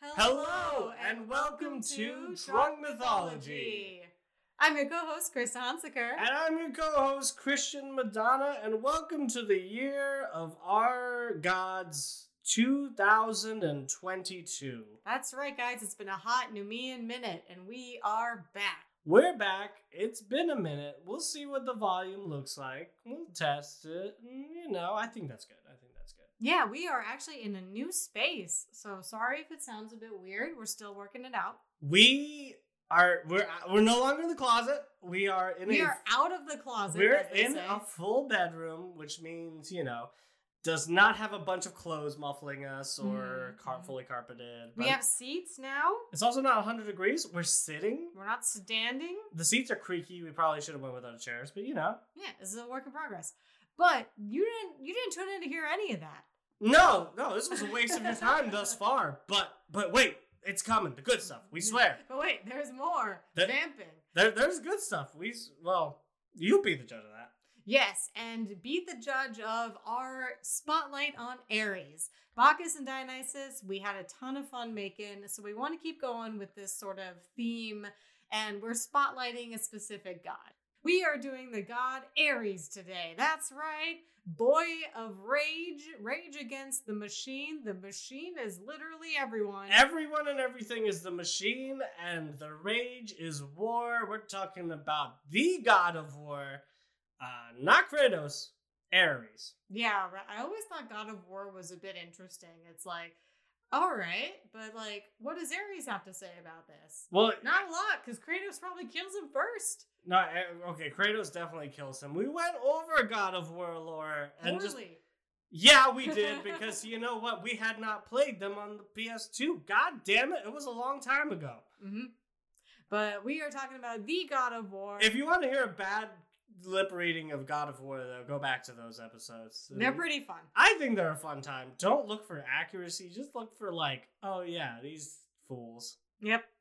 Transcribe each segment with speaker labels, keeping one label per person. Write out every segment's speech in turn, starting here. Speaker 1: Hello, and welcome to Drunk Mythology.
Speaker 2: I'm your co-host Chris Hansaker.
Speaker 1: And I'm your co host, Christian Madonna, and welcome to the year of our gods 2022.
Speaker 2: That's right, guys. It's been a hot Numean minute, and we are back.
Speaker 1: We're back. It's been a minute. We'll see what the volume looks like. We'll test it. and, You know, I think that's good. I think that's good.
Speaker 2: Yeah, we are actually in a new space. So sorry if it sounds a bit weird. We're still working it out.
Speaker 1: We are we're we're no longer in the closet. We are in
Speaker 2: we
Speaker 1: a
Speaker 2: are out of the closet.
Speaker 1: We're
Speaker 2: as they
Speaker 1: in
Speaker 2: say.
Speaker 1: a full bedroom, which means, you know, does not have a bunch of clothes muffling us or
Speaker 2: Mhm.
Speaker 1: car- fully carpeted.
Speaker 2: We
Speaker 1: but
Speaker 2: have seats now.
Speaker 1: it's also not 100 degrees. We're sitting.
Speaker 2: We're not standing.
Speaker 1: The seats are creaky. We probably should have went without chairs, but you know.
Speaker 2: Yeah, this is a work in progress. But you didn't you didn't tune in to hear any of that.
Speaker 1: No, no, this was a waste of your time thus far. But but wait, it's coming. The good stuff. We swear.
Speaker 2: But wait, there's more.
Speaker 1: That-
Speaker 2: Vamping.
Speaker 1: There, there's good stuff. We s- well, you'll be the judge of that.
Speaker 2: Yes, and be the judge of our spotlight on Aries. Bacchus and Dionysus, we had a ton of fun making, so we want to keep going with this sort of theme, and we're spotlighting a specific god. We are doing the god Aries today. That's right. Boy of rage, rage against the machine. The machine is literally everyone.
Speaker 1: Everyone and everything is the machine, and the rage is war. We're talking about the god of war, uh, not Kratos, Ares.
Speaker 2: Yeah, right. I always thought God of War was a bit interesting. It's like, all right, but like, what does Ares have to say about this?
Speaker 1: Well,
Speaker 2: Not a lot, because Kratos probably kills him first.
Speaker 1: no, A- okay, Kratos definitely kills him. We went over God of War lore and just
Speaker 2: Poorly.
Speaker 1: yeah, we did because you know what? We had not played them on the PS2. God damn it, it was a long time ago.
Speaker 2: hmm But we are talking about the God of War.
Speaker 1: If you want to hear a bad lip reading of God of War, though, go back to those episodes.
Speaker 2: They're pretty fun.
Speaker 1: I think they're a fun time. Don't look for accuracy. Just look for like, oh yeah, these fools.
Speaker 2: Yep.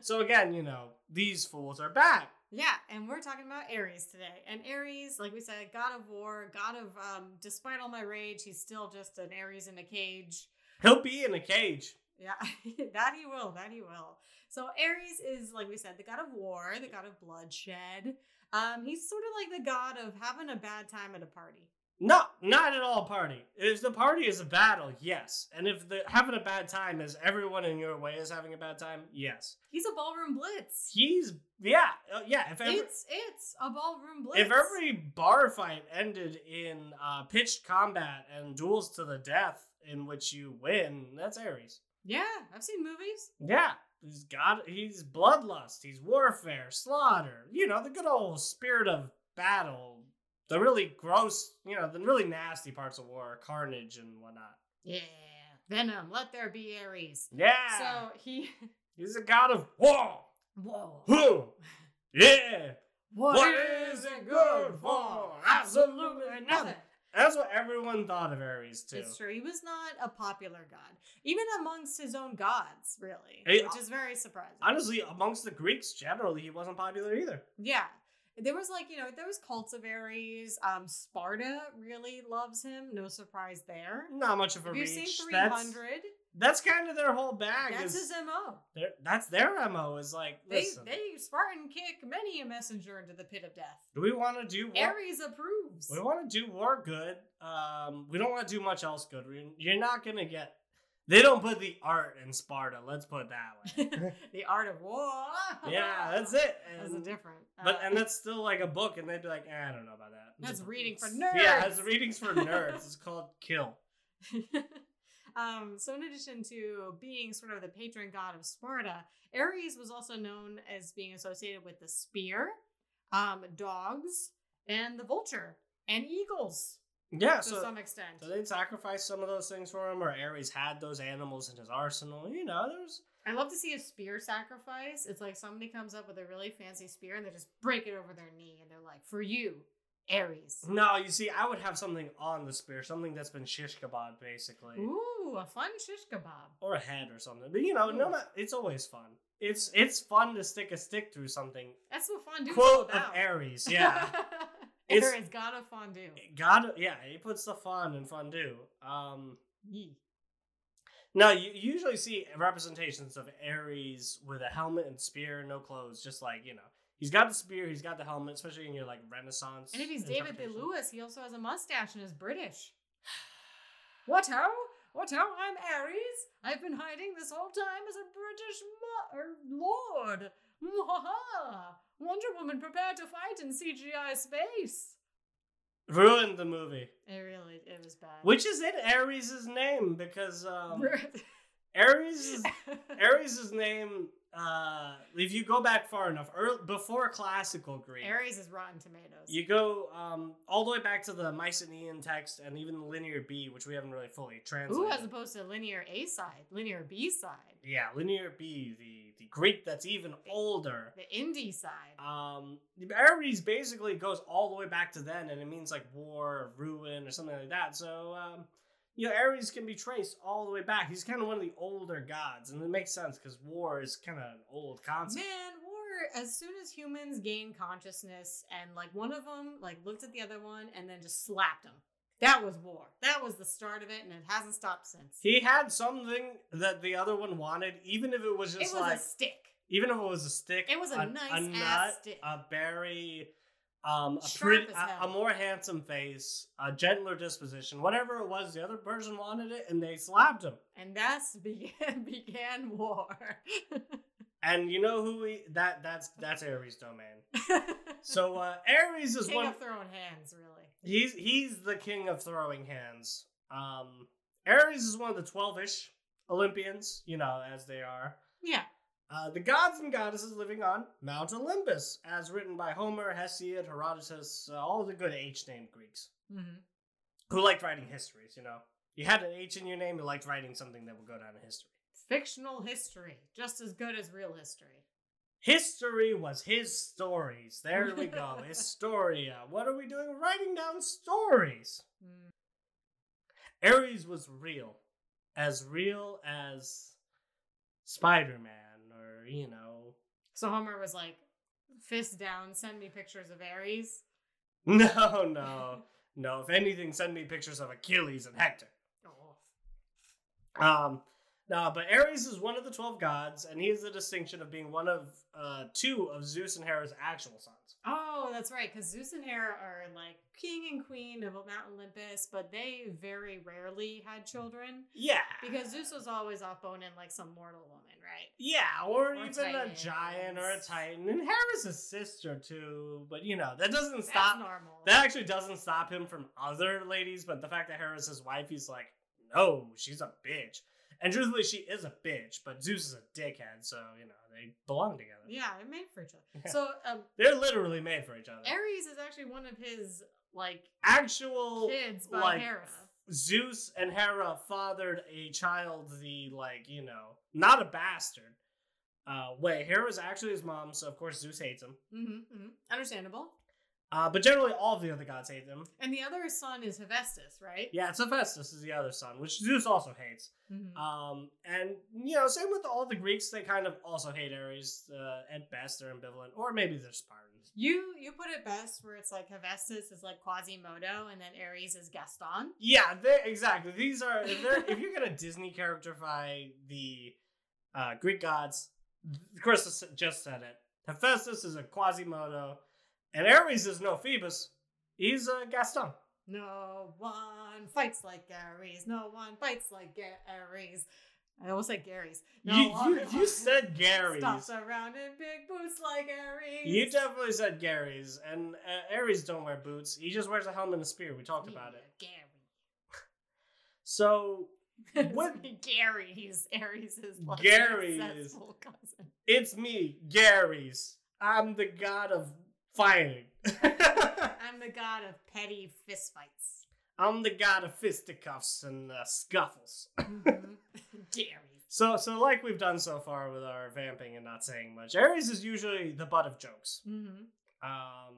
Speaker 1: So again, you know, these fools are back.
Speaker 2: yeah, and we're talking about Ares today. And Ares, like we said, God of War, God of, um, despite all my rage, he's still just an Ares in a cage.
Speaker 1: He'll be in a cage.
Speaker 2: Yeah, that he will. That he will. So Ares is, like we said, the god of war, the god of bloodshed. Um, he's sort of like the god of having a bad time at a party.
Speaker 1: No, not at all party. If the party is a battle, yes. And if the having a bad time is everyone in your way is having a bad time, yes.
Speaker 2: He's a ballroom blitz.
Speaker 1: He's yeah, uh, yeah. If every,
Speaker 2: It's it's a ballroom blitz.
Speaker 1: if every bar fight ended in uh, pitched combat and duels to the death in which you win, that's Ares.
Speaker 2: yeah, I've seen movies.
Speaker 1: Yeah, he's got he's bloodlust, he's warfare, slaughter. You know the good old spirit of battle, the really gross, you know the really nasty parts of war, carnage and whatnot.
Speaker 2: Yeah, Venom. Let there be Ares.
Speaker 1: Yeah,
Speaker 2: So he.
Speaker 1: he's a god of war.
Speaker 2: Whoa.
Speaker 1: Who? Yeah.
Speaker 2: What is it good for?
Speaker 1: Absolutely nothing. That's what everyone thought of Ares too.
Speaker 2: It's true. He was not a popular god, even amongst his own gods, really,
Speaker 1: Hey,
Speaker 2: which is very surprising.
Speaker 1: Honestly, amongst the Greeks generally, he wasn't popular either.
Speaker 2: Yeah. There was like, you know, there was cults of Ares. Um, Sparta really loves him. No surprise there.
Speaker 1: Not much of a
Speaker 2: Have you
Speaker 1: reach.
Speaker 2: seen
Speaker 1: that's
Speaker 2: 300?
Speaker 1: that's kind of their whole bag.
Speaker 2: That's his
Speaker 1: is-
Speaker 2: MO.
Speaker 1: Their, that's their mo. Is like,
Speaker 2: They,
Speaker 1: listen,
Speaker 2: they Spartan kick many a messenger into the pit of death.
Speaker 1: do we want to do war?
Speaker 2: Ares approves.
Speaker 1: We want to do war good. Um, we don't want to do much else good. We, you're not gonna get. They don't put the art in Sparta. Let's put it that way.
Speaker 2: the art of war.
Speaker 1: yeah, that's it.
Speaker 2: That's a
Speaker 1: And,
Speaker 2: different.
Speaker 1: but
Speaker 2: uh,
Speaker 1: and that's still like a book, and they'd be like, eh, I don't know about that.
Speaker 2: That's
Speaker 1: Just-
Speaker 2: reading for
Speaker 1: Yeah, it's
Speaker 2: nerds.
Speaker 1: readings for nerds. it's called Kill.
Speaker 2: um, so, in addition to being sort of the patron god of Sparta, Ares was also known as being associated with the spear, um, dogs, and the vulture, and eagles
Speaker 1: Yeah,
Speaker 2: to
Speaker 1: so
Speaker 2: some extent.
Speaker 1: so they'd sacrifice some of those things for him, or Ares had those animals in his arsenal. You know, there's
Speaker 2: I love to see a spear sacrifice. It's like somebody comes up with a really fancy spear and they just break it over their knee and they're like, for you, Ares.
Speaker 1: No, you see, I would have something on the spear, something that's been shish kebab, basically,
Speaker 2: Ooh, a fun shish kebab.
Speaker 1: or a head or something. But you know, no,
Speaker 2: Ooh.
Speaker 1: ma- it's always fun. It's it's fun to stick a stick through something.
Speaker 2: That's what fondue
Speaker 1: Quote
Speaker 2: is all
Speaker 1: of
Speaker 2: about.
Speaker 1: Aries, yeah, It's-
Speaker 2: Ares, god of fondue.
Speaker 1: God, yeah, he puts the fun in fondue. Um,
Speaker 2: Yee.
Speaker 1: No, you you usually see representations of Ares with a helmet and spear, no clothes, just like you know. He's got the spear, he's got the helmet, especially in your like Renaissance.
Speaker 2: And if he's David Day
Speaker 1: interpretation.
Speaker 2: Lewis, he also has a mustache and is British. What how? What how? I'm Ares. I've been hiding this whole time as a British mo- er, lord. Mwahaha. Wonder Woman prepared to fight in CGI space.
Speaker 1: ruined the movie,
Speaker 2: It really, it was bad.
Speaker 1: which is in Ares' name because um, Ares Ares' name. Uh, if you go back far enough, early, before classical Greek,
Speaker 2: Ares is Rotten Tomatoes.
Speaker 1: You go um, all the way back to the Mycenaean text and even the linear B, which we haven't really fully translated.
Speaker 2: Ooh, as opposed to linear A side, linear B side,
Speaker 1: yeah, linear B, the, the Greek that's even older.
Speaker 2: the indie side.
Speaker 1: Um, Ares basically goes all the way back to then, and it means like war, ruin, or something like that. So, um, you know, Ares can be traced all the way back. He's kind of one of the older gods, and it makes sense because war is kind of an old concept.
Speaker 2: Man, war, as soon as humans gain consciousness and like one of them like looked at the other one and then just slapped him. That was war. That was the start of it and it hasn't stopped since.
Speaker 1: He had something that the other one wanted, even if it was
Speaker 2: it was
Speaker 1: just like
Speaker 2: a stick.
Speaker 1: even if it was a stick,
Speaker 2: It was a nice ass stick.
Speaker 1: a berry, um, a,
Speaker 2: Sharp
Speaker 1: pretty,
Speaker 2: as
Speaker 1: a, a
Speaker 2: hell.
Speaker 1: more handsome face, a gentler disposition, whatever it was, the other person wanted it, and they slapped him.
Speaker 2: And that's began began war.
Speaker 1: And you know who he, that that's that's Ares' domain. So uh, Ares is
Speaker 2: King
Speaker 1: one.
Speaker 2: of throwing hands, really.
Speaker 1: He's he's the king of throwing hands. Um, Ares is one of the twelve-ish Olympians, you know, as they are.
Speaker 2: Yeah.
Speaker 1: Uh, the gods and goddesses living on Mount Olympus, as written by Homer, Hesiod, Herodotus, uh, all the good H-named Greeks
Speaker 2: Mm-hmm.
Speaker 1: who liked writing histories. You know, you had an H in your name, you liked writing something that would go down in history.
Speaker 2: Fictional history, just as good as real history.
Speaker 1: History was his stories. There we go, Historia. What are we doing? Writing down stories.
Speaker 2: Mm.
Speaker 1: Ares was real, as real as Spider-Man, or you know,
Speaker 2: So Homer was like, fist down, send me pictures of Ares.
Speaker 1: no, no, no. If anything, send me pictures of Achilles and Hector.
Speaker 2: Oh.
Speaker 1: Um, no, but Ares is one of the 12 gods, and he has the distinction of being one of uh, two of Zeus and Hera's actual sons.
Speaker 2: Oh, that's right. Because Zeus and Hera are like king and queen of Mount Olympus, but they very rarely had children
Speaker 1: Yeah.
Speaker 2: because Zeus was always off boning like some mortal woman, right?
Speaker 1: Yeah, or,
Speaker 2: Or
Speaker 1: even a
Speaker 2: titans.
Speaker 1: giant or a titan. And Hera's a sister, too, but you know, that doesn't
Speaker 2: That's
Speaker 1: stop.
Speaker 2: normal.
Speaker 1: That actually doesn't stop him from other ladies, but the fact that Hera's his wife, he's like, no, she's a bitch. And truthfully, she is a bitch, but Zeus is a dickhead, so, you know, they belong together.
Speaker 2: yeah, they're made for each other. So um,
Speaker 1: They're literally made for each other.
Speaker 2: Ares is actually one of his like
Speaker 1: Actual.
Speaker 2: kids by
Speaker 1: like,
Speaker 2: Hera.
Speaker 1: Zeus and Hera fathered a child the like, you know, not a bastard. Uh wait, Hera's actually his mom, so of course Zeus hates him.
Speaker 2: hmm hmm Understandable.
Speaker 1: Uh but generally all of the other gods hate him.
Speaker 2: And the other son is Hephaestus, right?
Speaker 1: Yeah, it's Hephaestus is the other son, which Zeus also hates.
Speaker 2: Mhm.
Speaker 1: Um and you know, same with all the Greeks, they kind of also hate Ares. Uh, at best they're ambivalent, or maybe they're Spartans.
Speaker 2: you you put it best where it's like Hephaestus is like Quasimodo, and then Ares is Gaston.
Speaker 1: Yeah, they exactly. These are if, they're, if you're gonna Disney characterify the uh, Greek gods, Chris has just said it. Hephaestus is a Quasimodo, and Ares is no Phoebus. He's a Gaston.
Speaker 2: No one fights like Aries. No one fights like Aries. I almost said Gary's. No
Speaker 1: you, you,
Speaker 2: one-
Speaker 1: you said Gary's.
Speaker 2: Stomps around in big boots like Aries.
Speaker 1: You definitely said Gary's, and uh, Ares don't wear boots. He just wears a helmet and a spear. We talked about it.
Speaker 2: Gary.
Speaker 1: So What-
Speaker 2: What? Gary's. Aries is like
Speaker 1: Gary's.
Speaker 2: successful cousin.
Speaker 1: it's me, Gary's. I'm the god of fighting.
Speaker 2: I'm the god of petty fistfights.
Speaker 1: I'm the god of fisticuffs and uh, scuffles.
Speaker 2: Mhm. Gary's.
Speaker 1: So, so like we've done so far with our vamping and not saying much, Ares is usually the butt of jokes.
Speaker 2: Mm-hmm.
Speaker 1: Um,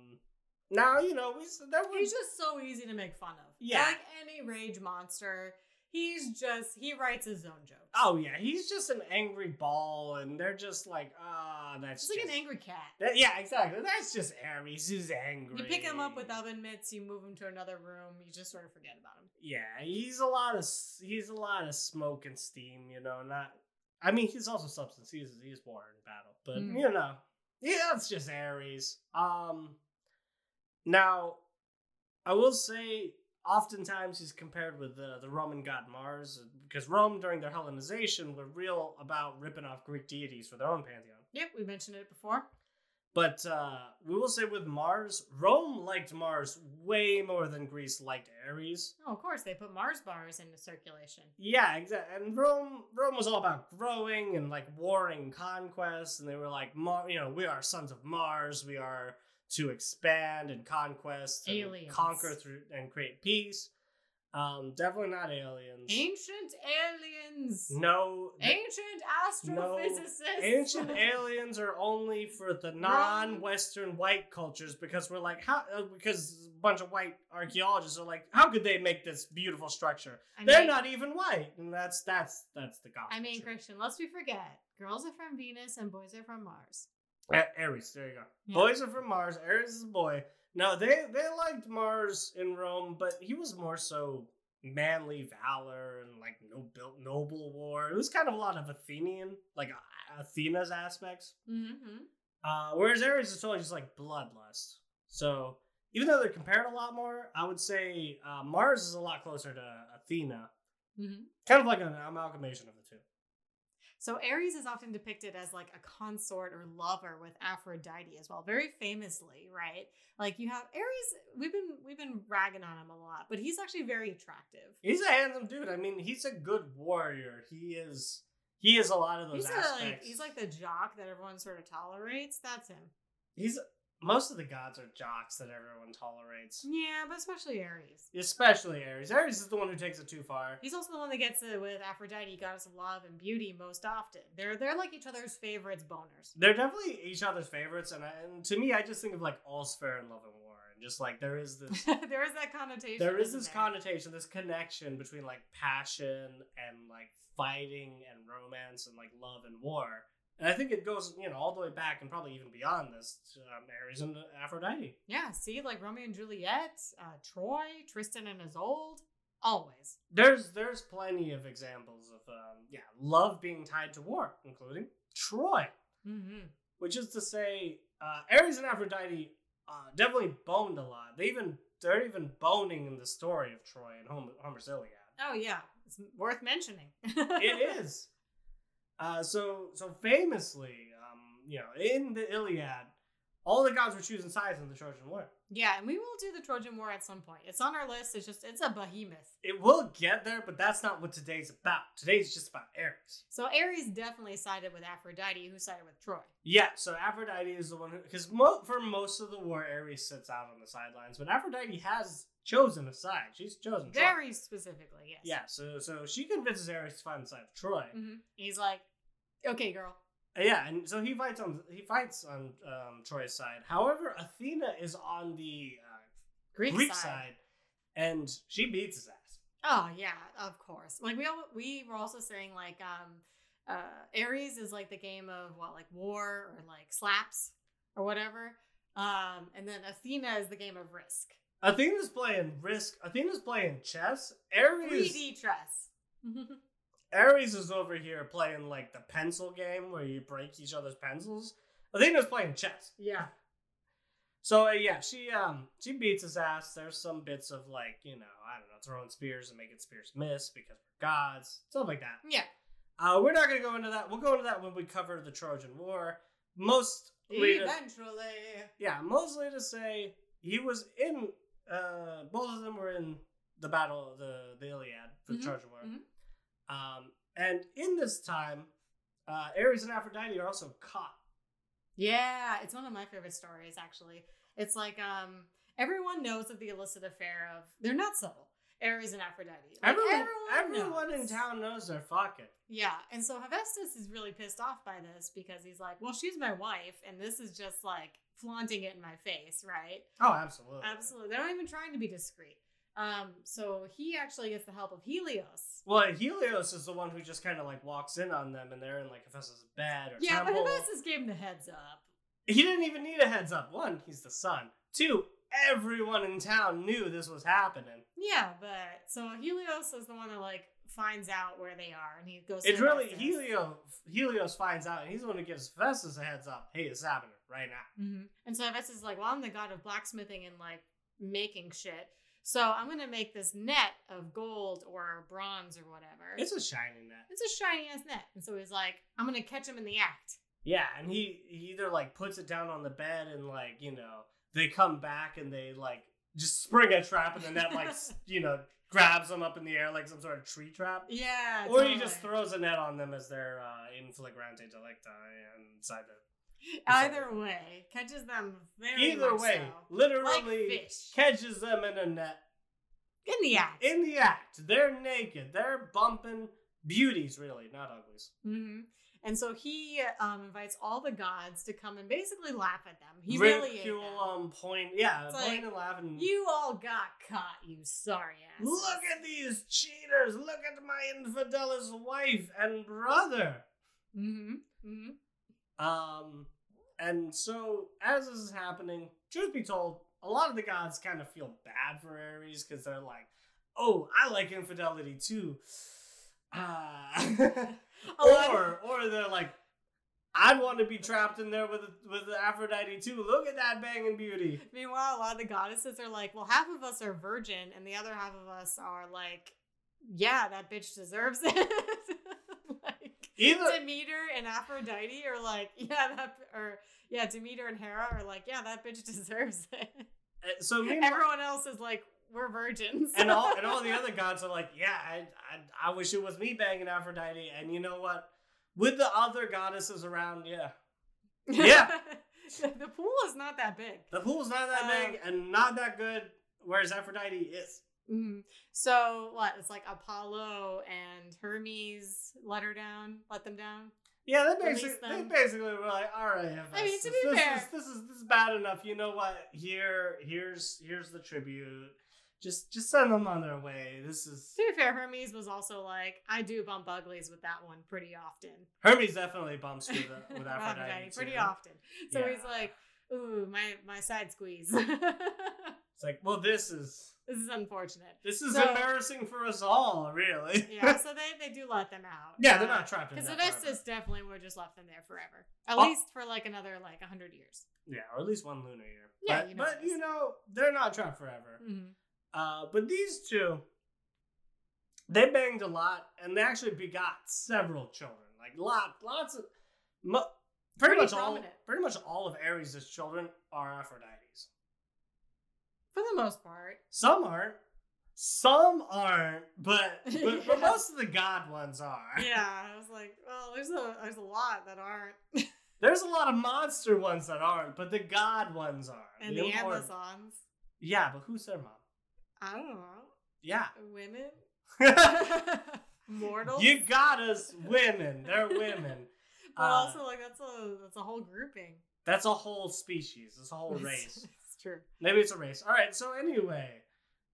Speaker 1: now you know we s- that
Speaker 2: He's
Speaker 1: was
Speaker 2: just so easy to make fun of.
Speaker 1: Yeah.
Speaker 2: Like any rage monster, He's just he writes his own jokes.
Speaker 1: Oh yeah, he's just an angry ball, and they're just like, ah, that's
Speaker 2: it's like an
Speaker 1: just-
Speaker 2: angry cat.
Speaker 1: That- yeah, exactly. That's just Aries. He's angry.
Speaker 2: You pick him up with oven mitts, you move him to another room, you just sort of forget about him.
Speaker 1: Yeah, he's a lot of s- he's a lot of smoke and steam. You know, not. I mean, he's also substance. He's he's war in battle, but
Speaker 2: Mm.
Speaker 1: you know, yeah, that's just Aries. Um, now, I will say, oftentimes he's compared with the the Roman god Mars because Rome during their Hellenization were real about ripping off Greek deities for their own pantheon.
Speaker 2: Yep, we mentioned it before.
Speaker 1: But uh, we will say with Mars, Rome liked Mars way more than Greece liked Ares.
Speaker 2: Oh, of course, they put Mars bars into circulation.
Speaker 1: Yeah, exactly. And Rome, Rome was all about growing and like warring conquest, and they were like, Mar- you know, we are sons of Mars. We are to expand and conquest, and
Speaker 2: Aliens.
Speaker 1: conquer through and create peace. Um, definitely not aliens.
Speaker 2: Ancient aliens.
Speaker 1: no,
Speaker 2: Ancient astrophysicists.
Speaker 1: Ancient aliens are only for the non-Western white cultures because we're like, how? Uh, because a bunch of white archaeologists are like, how could they make this beautiful structure?
Speaker 2: I
Speaker 1: They're
Speaker 2: mean-
Speaker 1: not even white, and that's that's that's the gospel.
Speaker 2: I mean,
Speaker 1: truth.
Speaker 2: Christian, let's be forget. Girls are from Venus and boys are from Mars.
Speaker 1: A- Aries, there you go.
Speaker 2: Yeah.
Speaker 1: Boys are from Mars. Aries is a boy. No, they they liked Mars in Rome, but he was more so manly valor and like noble noble war. It was kind of a lot of Athenian, like A- Athena's aspects.
Speaker 2: Mm-hmm.
Speaker 1: Uh, whereas Aries is totally just like bloodlust. So even though they're compared a lot more, I would say uh, Mars is a lot closer to Athena.
Speaker 2: Mm-hmm.
Speaker 1: Kind of like an amalgamation of the two.
Speaker 2: So Aries is often depicted as like a consort or lover with Aphrodite as well, very famously, right? Like you have Aries. We've been we've been ragging on him a lot, but he's actually very attractive.
Speaker 1: He's a handsome dude. I mean, he's a good warrior. He is. He is a lot of those
Speaker 2: He's, a,
Speaker 1: aspects.
Speaker 2: like he's like the jock that everyone sort of tolerates. That's him.
Speaker 1: He's most of the gods are jocks that everyone tolerates,
Speaker 2: Yeah, but especially Aries.
Speaker 1: especially Ares. Ares is the one who takes it too far.
Speaker 2: He's also the one that gets it with Aphrodite, goddess of love and beauty, most often. They're they're like each other's favorites, boners.
Speaker 1: They're definitely each other's favorites, and, I, and to me, I just think of like all's fair in love and war, and just like there is this
Speaker 2: there is that connotation.
Speaker 1: there is
Speaker 2: isn't
Speaker 1: this connotation, this connection between like passion and like fighting and romance and like love and war. And I think it goes, you know, all the way back and probably even beyond this to um, Ares and Aphrodite.
Speaker 2: Yeah, see, like Romeo and Juliet, uh, Troy, Tristan and Isolde, always.
Speaker 1: There's there's plenty of examples of um, yeah love being tied to war, including Troy,
Speaker 2: Mm-hmm.
Speaker 1: which is to say, uh, Ares and Aphrodite uh, definitely boned a lot. They even they're even boning in the story of Troy and Homer, Homer's Iliad.
Speaker 2: Oh yeah, it's worth mentioning.
Speaker 1: it is. Uh, so so famously, um, you know, in the Iliad, all the gods were choosing sides in the Trojan War.
Speaker 2: Yeah, and we will do the Trojan War at some point. It's on our list. It's just it's a behemoth.
Speaker 1: It will get there, but that's not what today's about. Today's just about Ares.
Speaker 2: So Ares definitely sided with Aphrodite, who sided with Troy.
Speaker 1: Yeah, so Aphrodite is the one who, because mo- for most of the war, Ares sits out on the sidelines, but Aphrodite has chosen a side. She's chosen Troy.
Speaker 2: Very specifically, yes.
Speaker 1: Yeah, so so she convinces Ares to find the side of Troy.
Speaker 2: hmm He's like, okay, girl.
Speaker 1: Uh, Yeah, and so he fights on he fights on um, Troy's side. However, Athena is on the uh,
Speaker 2: Greek,
Speaker 1: Greek
Speaker 2: side.
Speaker 1: side, and she beats his ass.
Speaker 2: Oh yeah, of course. Like we all, we were also saying like um uh Aries is like the game of what like war or like slaps or whatever. Um and then Athena is the game of risk.
Speaker 1: Athena's playing risk. Athena's playing chess. Ares
Speaker 2: 3D chess.
Speaker 1: Ares is over here playing like the pencil game where you break each other's pencils. Athena's playing chess.
Speaker 2: yeah.
Speaker 1: So uh, yeah, she um she beats his ass. There's some bits of like you know I don't know throwing spears and making spears miss because we're gods stuff like that.
Speaker 2: Yeah.
Speaker 1: Uh, we're not gonna go into that. We'll go into that when we cover the Trojan War. Most
Speaker 2: Eventually.
Speaker 1: yeah, mostly to say he was in. Uh, both of them were in the battle, the the Iliad for
Speaker 2: Mhm,
Speaker 1: the Trojan War.
Speaker 2: mhm.
Speaker 1: Um, and in this time, uh, Ares and Aphrodite are also caught.
Speaker 2: Yeah, it's one of my favorite stories actually. It's like um everyone knows of the illicit affair of they're not subtle. Aries and Aphrodite. Like,
Speaker 1: Everyone, everyone, in
Speaker 2: knows.
Speaker 1: town knows they're fucking.
Speaker 2: Yeah, and so Hephaestus is really pissed off by this because he's like, "Well, she's my wife, and this is just like flaunting it in my face, right?"
Speaker 1: Oh, absolutely.
Speaker 2: Absolutely, they're not even trying to be discreet. Um, so he actually gets the help of Helios.
Speaker 1: Well, Helios is the one who just kind of like walks in on them, and they're in like Hephaestus' bed or
Speaker 2: Yeah, but
Speaker 1: temple.
Speaker 2: Hephaestus gave him the heads up.
Speaker 1: He didn't even need a heads up. One, he's the son. Two, everyone in town knew this was happening.
Speaker 2: Yeah, but so Helios is the one that like finds out where they are, and he goes. to
Speaker 1: It's really
Speaker 2: Hephaestus.
Speaker 1: Helios. Helios finds out, and he's the one who gives Hephaestus a heads up. Hey, it's happening right now.
Speaker 2: hmm And so Hephaestus is like, well, I'm the god of blacksmithing and like making shit. So I'm gonna make this net of gold or bronze or whatever.
Speaker 1: It's a shining net.
Speaker 2: It's a shiny ass net. And so he's like, I'm gonna catch him in the act.
Speaker 1: Yeah, and he, he either like puts it down on the bed, and like you know they come back and they like just spring a trap, and the net like s- you know grabs them up in the air like some sort of tree trap.
Speaker 2: Yeah.
Speaker 1: Or he
Speaker 2: totally.
Speaker 1: just throws a net on them as they're uh, in flagrante delicta and side
Speaker 2: Either way, catches them very
Speaker 1: Either
Speaker 2: much
Speaker 1: way,
Speaker 2: so. like
Speaker 1: literally
Speaker 2: fish
Speaker 1: catches them in a net
Speaker 2: in the act.
Speaker 1: in the act. They're naked. They're bumping beauties, really, not uglies.
Speaker 2: hmm And so he um, invites all the gods to come and basically laugh at them. He really
Speaker 1: Ridicule
Speaker 2: them.
Speaker 1: um, point. Yeah,
Speaker 2: It's
Speaker 1: point
Speaker 2: like,
Speaker 1: and laugh and
Speaker 2: You all got caught, you sorry ass.
Speaker 1: Look at these cheaters! Look at my infidelis wife and brother.
Speaker 2: Mm-hmm. Mm-hmm.
Speaker 1: Um, and so as this is happening, truth be told, a lot of the gods kind of feel bad for Ares because they're like, "Oh, I like infidelity too," uh,
Speaker 2: A lot of-
Speaker 1: or or they're like, "I'd want to be trapped in there with with Aphrodite too. Look at that banging beauty."
Speaker 2: meanwhile, a lot of the goddesses are like, well, half of us are virgin, and the other half of us are like, yeah, that bitch deserves it. like
Speaker 1: Either
Speaker 2: Demeter and Aphrodite are like, yeah, that or yeah, Demeter and Hera are like, yeah, that bitch deserves it.
Speaker 1: uh, so meanwhile-
Speaker 2: Everyone else is like, we're virgins.
Speaker 1: and all and all the other gods are like, yeah, I, I I wish it was me banging Aphrodite, and you know what? With the other goddesses around, yeah, Yeah.
Speaker 2: the pool is not that big.
Speaker 1: the pool's not that
Speaker 2: Um,
Speaker 1: big and not that good, whereas Aphrodite is.
Speaker 2: Mhm. So what? It's like Apollo and Hermes let her down, let them down.
Speaker 1: Yeah, they
Speaker 2: Release
Speaker 1: basically they
Speaker 2: them.
Speaker 1: basically were like, all right,
Speaker 2: I mean, to
Speaker 1: Hephaestus,
Speaker 2: be
Speaker 1: this,
Speaker 2: fair-
Speaker 1: is, this is this is bad enough. You know what? Here here's here's the tribute. Just just send them on their way. This is
Speaker 2: To be fair, Hermes was also like, I do bump uglies with that one pretty often.
Speaker 1: Hermes definitely bumps with, the, with
Speaker 2: With
Speaker 1: Aphrodite,
Speaker 2: pretty
Speaker 1: too.
Speaker 2: often. So he's
Speaker 1: Yeah.
Speaker 2: like, ooh, my my side squeeze. this
Speaker 1: It's like, well, this is
Speaker 2: is unfortunate.
Speaker 1: this is
Speaker 2: So-
Speaker 1: embarrassing for us all, really.
Speaker 2: Yeah, so they, they do let them out.
Speaker 1: Yeah, they're not trapped in
Speaker 2: Because
Speaker 1: that
Speaker 2: Hephaestus
Speaker 1: forever.
Speaker 2: definitely would have just left them there forever. At
Speaker 1: Oh.
Speaker 2: least for like another like 100 years.
Speaker 1: Yeah, or at least one lunar year.
Speaker 2: Yeah,
Speaker 1: but,
Speaker 2: you know
Speaker 1: but
Speaker 2: this.
Speaker 1: you know they're not trapped forever.
Speaker 2: Mhm.
Speaker 1: Uh, but these two, they banged a lot, and they actually begot several children. Like lot, lots of, mu- pretty,
Speaker 2: Pretty
Speaker 1: much all,
Speaker 2: prominent.
Speaker 1: pretty much all of Ares' children are Aphrodites.
Speaker 2: For the most part.
Speaker 1: Some aren't, some aren't, but but,
Speaker 2: Yeah.
Speaker 1: but most of the god ones are.
Speaker 2: Yeah, I was like, well, there's a there's a lot that aren't,
Speaker 1: There's a lot of monster ones that aren't, but the god ones are.
Speaker 2: and the
Speaker 1: important-
Speaker 2: Amazons.
Speaker 1: Yeah, but who's their mom?
Speaker 2: I don't know,
Speaker 1: Yeah.
Speaker 2: women, mortals.
Speaker 1: You got us women. They're women.
Speaker 2: But
Speaker 1: Uh,
Speaker 2: also, like that's a that's a whole grouping.
Speaker 1: That's a whole species. It's a whole
Speaker 2: It's-
Speaker 1: race.
Speaker 2: it's true.
Speaker 1: Maybe it's a race. All right. So anyway,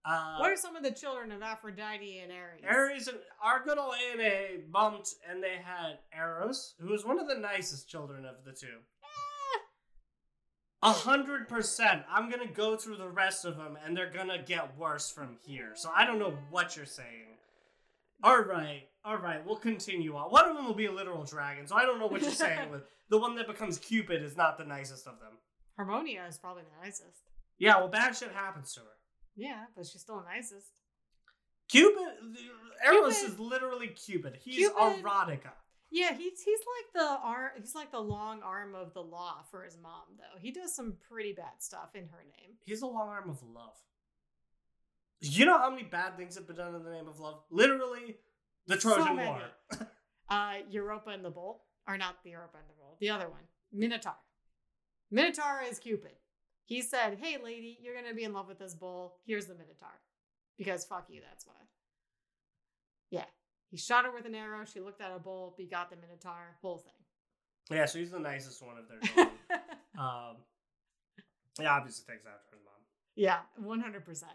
Speaker 1: uh,
Speaker 2: what are some of the children of Aphrodite and Ares?
Speaker 1: Ares and our good old Ine bumped, and they had Eros, who was one of the nicest children of the two. A hundred percent. I'm gonna go through the rest of them, and they're gonna get worse from here. So I don't know what you're saying. All right, all right. We'll continue on. One of them will be a literal dragon, so I don't know what you're saying. With the one that becomes Cupid is not the nicest of them.
Speaker 2: Harmonia is probably the nicest.
Speaker 1: Yeah, well, bad shit happens to her.
Speaker 2: Yeah, but she's still nicest.
Speaker 1: Cupid, Eros
Speaker 2: Cupid-
Speaker 1: is literally Cupid. He's
Speaker 2: Cupid-
Speaker 1: erotica.
Speaker 2: Yeah, he's he's like the arm. He's like the long arm of the law for his mom, though. He does some pretty bad stuff in her name.
Speaker 1: He's a long arm of love. You know how many bad things have been done in the name of love? Literally, the
Speaker 2: So
Speaker 1: Trojan
Speaker 2: many.
Speaker 1: War.
Speaker 2: Uh, Europa and the Bull, or not the Europa and the Bull, the other one, Minotaur. Minotaur is Cupid. He said, "Hey, lady, you're gonna be in love with this bull. Here's the Minotaur, because fuck you. That's why." Yeah, he shot her with an arrow. She looked at a bull, begot the Minotaur. Whole thing.
Speaker 1: Yeah, so he's the nicest one of their children. um, yeah, obviously takes after his mom.
Speaker 2: yeah, one hundred percent.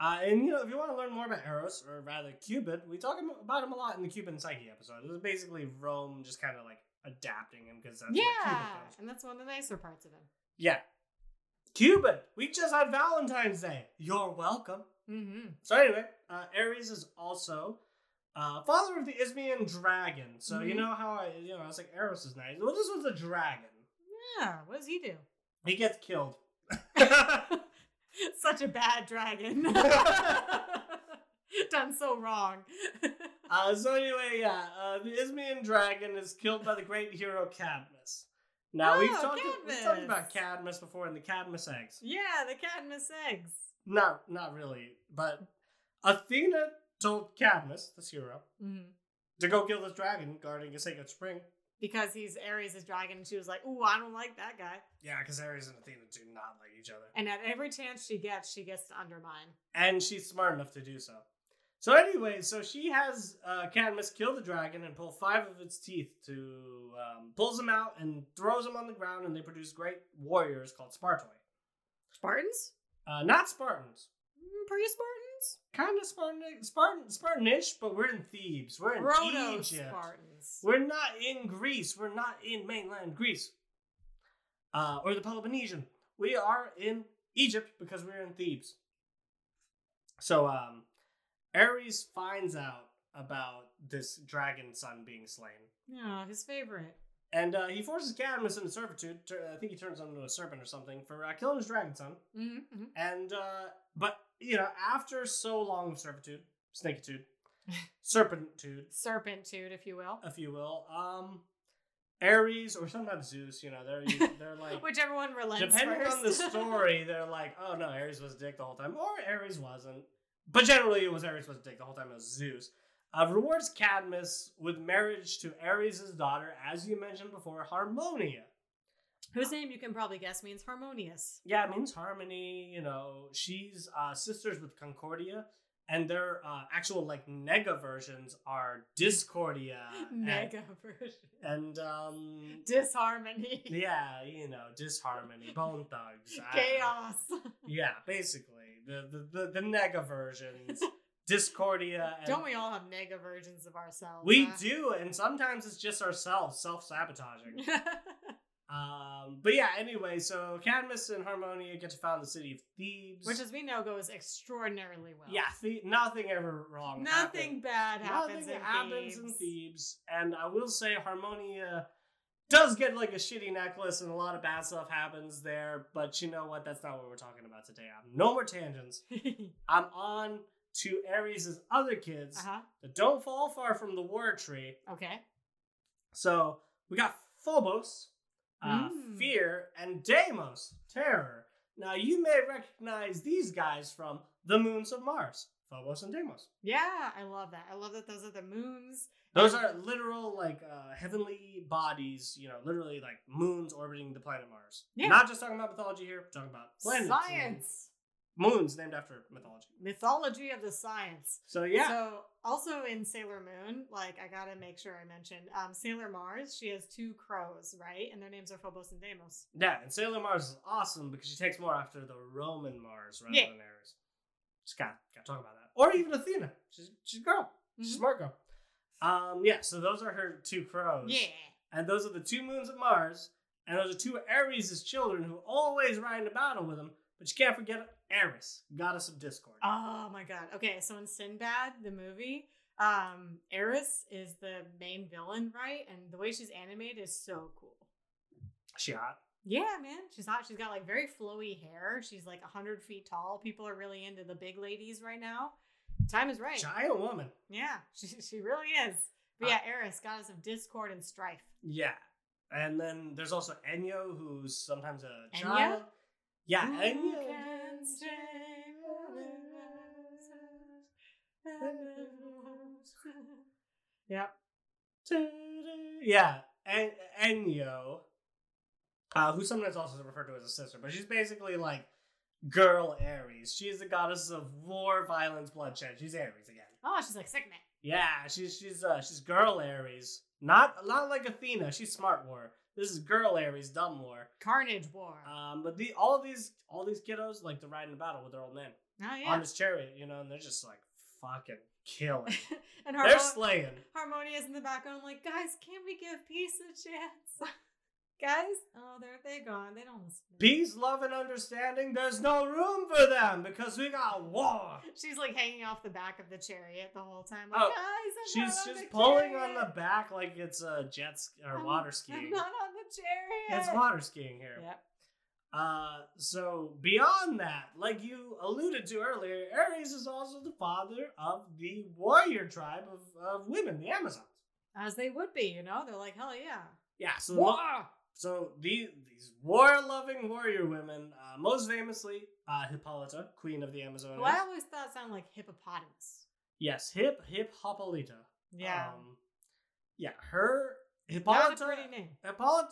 Speaker 1: Uh, and you know, if you want to learn more about Eros, or rather Cupid, we talk am- about him a lot in the Cupid and Psyche episode. This is basically Rome just kind of like adapting him because that's where
Speaker 2: yeah,
Speaker 1: Cupid comes.
Speaker 2: and that's one of the nicer parts of him.
Speaker 1: Yeah, Cupid. We just had Valentine's Day. You're welcome.
Speaker 2: Mm-hmm.
Speaker 1: So anyway, uh, Ares is also uh, father of the Ismian dragon. So you
Speaker 2: Mhm.
Speaker 1: know how I, you know, I was like Eros is nice. Well, this was a dragon.
Speaker 2: Yeah, what does he do?
Speaker 1: He gets killed.
Speaker 2: Such a bad dragon. Done so wrong.
Speaker 1: Uh, so anyway, yeah, uh, the Ismian dragon is killed by the great hero Cadmus. Now we've
Speaker 2: Oh,
Speaker 1: talked we've talked
Speaker 2: Cadmus.
Speaker 1: about Cadmus before in the Cadmus eggs.
Speaker 2: yeah, the Cadmus eggs.
Speaker 1: No, not really, but Athena told Cadmus, this hero,
Speaker 2: Mhm.
Speaker 1: to go kill this dragon guarding a sacred spring.
Speaker 2: Because he's Ares' dragon, and she was like, "Ooh, I don't like that guy."
Speaker 1: Yeah, because Ares and Athena do not like each other.
Speaker 2: And at every chance she gets, she gets to undermine.
Speaker 1: and she's smart enough to do so. So anyway, so she has uh, Cadmus kill the dragon and pull five of its teeth to um, pulls them out and throws them on the ground, and they produce great warriors called Spartoi.
Speaker 2: Spartans?
Speaker 1: Uh, not Spartans,
Speaker 2: Mm, Pre-Spartans?
Speaker 1: kind of Spartan, Spartan, Spartanish, but we're in Thebes, we're in Egypt,
Speaker 2: Proto-Spartans.
Speaker 1: we're not in Greece, we're not in mainland Greece, uh, or the Peloponnesian. We are in Egypt because we're in Thebes. So um Ares finds out about this dragon son being slain.
Speaker 2: Yeah, his favorite.
Speaker 1: And uh, he forces Cadmus into servitude. Tur- I think he turns him into a serpent or something for uh, killing his dragon son.
Speaker 2: Mm-hmm.
Speaker 1: And uh, but you know, after so long of servitude, snakeitude, serpentitude,
Speaker 2: Serpentitude, if you will.
Speaker 1: if you will, um, Ares or sometimes Zeus, you know, they're they're like
Speaker 2: Whichever one relents
Speaker 1: depending
Speaker 2: first.
Speaker 1: on the story, they're like, oh no, Ares was a dick the whole time, or Ares wasn't. But generally, it was Ares was a dick the whole time. It was Zeus. Uh, rewards Cadmus with marriage to Ares' daughter, as you mentioned before, Harmonia.
Speaker 2: Whose name you can probably guess means harmonious.
Speaker 1: Yeah, it means harmony. You know, she's uh, sisters with Concordia, and their uh, actual like nega versions are Discordia and-
Speaker 2: Mega version.
Speaker 1: and, um,
Speaker 2: Disharmony.
Speaker 1: yeah, you know, disharmony, bone thugs, I-
Speaker 2: Chaos.
Speaker 1: Yeah, basically the the the, the nega versions, Discordia. And
Speaker 2: Don't we all have mega versions of ourselves?
Speaker 1: We
Speaker 2: huh?
Speaker 1: do, and sometimes it's just ourselves self sabotaging. um, but yeah, anyway, so Cadmus and Harmonia get to found the city of Thebes,
Speaker 2: Which, as we know, goes extraordinarily well.
Speaker 1: yeah, the- nothing ever wrong.
Speaker 2: Nothing bad
Speaker 1: happened.
Speaker 2: happens
Speaker 1: nothing
Speaker 2: in
Speaker 1: happens in
Speaker 2: Thebes.
Speaker 1: Thebes, and I will say Harmonia does get like a shitty necklace, and a lot of bad stuff happens there. But you know what? That's not what we're talking about today. Um, no more tangents. I'm on to Aries' other kids
Speaker 2: uh-huh.
Speaker 1: that don't fall far from the war tree.
Speaker 2: Okay.
Speaker 1: So we got Phobos, uh,
Speaker 2: Mm.
Speaker 1: Fear, and Deimos, Terror. Now you may recognize these guys from the moons of Mars, Phobos and Deimos.
Speaker 2: Yeah, I love that. I love that those are the moons.
Speaker 1: Those are literal, like, uh, heavenly bodies, you know, literally like moons orbiting the planet Mars.
Speaker 2: Yeah.
Speaker 1: Not just talking about mythology here, talking about planets. and
Speaker 2: Science.
Speaker 1: Moons named after mythology.
Speaker 2: Mythology of the science.
Speaker 1: So, yeah.
Speaker 2: So also in Sailor Moon, like I gotta make sure I mention um, Sailor Mars. She has two crows, right? And their names are Phobos and Deimos.
Speaker 1: Yeah, and Sailor Mars is awesome because she takes more after the Roman Mars rather
Speaker 2: Yeah.
Speaker 1: than Ares. Just gotta, gotta talk about that. Or even Athena. She's, she's a girl. She's a
Speaker 2: Mhm.
Speaker 1: smart girl. Um, yeah, so those are her two crows.
Speaker 2: Yeah.
Speaker 1: And those are the two moons of Mars. And those are two Ares' children who always ride into battle with him. But you can't forget Eris, goddess of discord.
Speaker 2: Oh my god. Okay, so in Sinbad the movie, um, Eris is the main villain, right? And the way she's animated is so cool.
Speaker 1: she hot.
Speaker 2: Yeah, man. She's hot. She's got like very flowy hair. She's like hundred feet tall. People are really into the big ladies right now. Time is right.
Speaker 1: Giant woman.
Speaker 2: Yeah, she she really is. But yeah, Eris, goddess of discord and strife.
Speaker 1: Yeah. And then there's also Enyo, who's sometimes a
Speaker 2: Enya?
Speaker 1: child. Yeah,
Speaker 2: Who
Speaker 1: Enyo.
Speaker 2: can stay forever? Yep.
Speaker 1: Yeah, en- Enyo, uh, who sometimes also is referred to as a sister, but she's basically like girl Ares. She is the goddess of war, violence, bloodshed. She's Ares again.
Speaker 2: Oh, she's like sick man.
Speaker 1: Yeah, she's she's uh, she's girl Ares. Not not like Athena. She's smart war. This is girl Ares, dumb war.
Speaker 2: Carnage War.
Speaker 1: Um, but the all these all these kiddos like to ride in battle with their old men
Speaker 2: oh
Speaker 1: on
Speaker 2: yeah.
Speaker 1: this chariot, you know, and they're just like fucking killing.
Speaker 2: and
Speaker 1: they're
Speaker 2: Harpo-
Speaker 1: slaying.
Speaker 2: Harmonia's in the background, like, guys, can we give peace a chance? guys, oh, there they gone. They don't listen. to me.
Speaker 1: Peace, love, and understanding. There's no room for them because we got war.
Speaker 2: She's like hanging off the back of the chariot the whole time. Like,
Speaker 1: Oh,
Speaker 2: guys, I'm
Speaker 1: She's
Speaker 2: not on
Speaker 1: just
Speaker 2: the
Speaker 1: pulling on
Speaker 2: chariot.
Speaker 1: the back like it's a jet ski or
Speaker 2: I'm-
Speaker 1: water skiing.
Speaker 2: I'm not on the chariot.
Speaker 1: It's water skiing here.
Speaker 2: Yep.
Speaker 1: Uh, so beyond that, like you alluded to earlier, Ares is also the father of the warrior tribe of, of women, the Amazons.
Speaker 2: As they would be, you know? They're like, hell yeah.
Speaker 1: Yeah. So
Speaker 2: War!
Speaker 1: so these these war-loving warrior women, uh, most famously uh, Hippolyta, queen of the Amazonians.
Speaker 2: Well, I always thought it sounded like hippopotamus.
Speaker 1: Yes, Hip Hip Hippolyta.
Speaker 2: Yeah.
Speaker 1: Um, yeah, her
Speaker 2: Not
Speaker 1: Hippolyta.
Speaker 2: a pretty name.
Speaker 1: Hippolyta.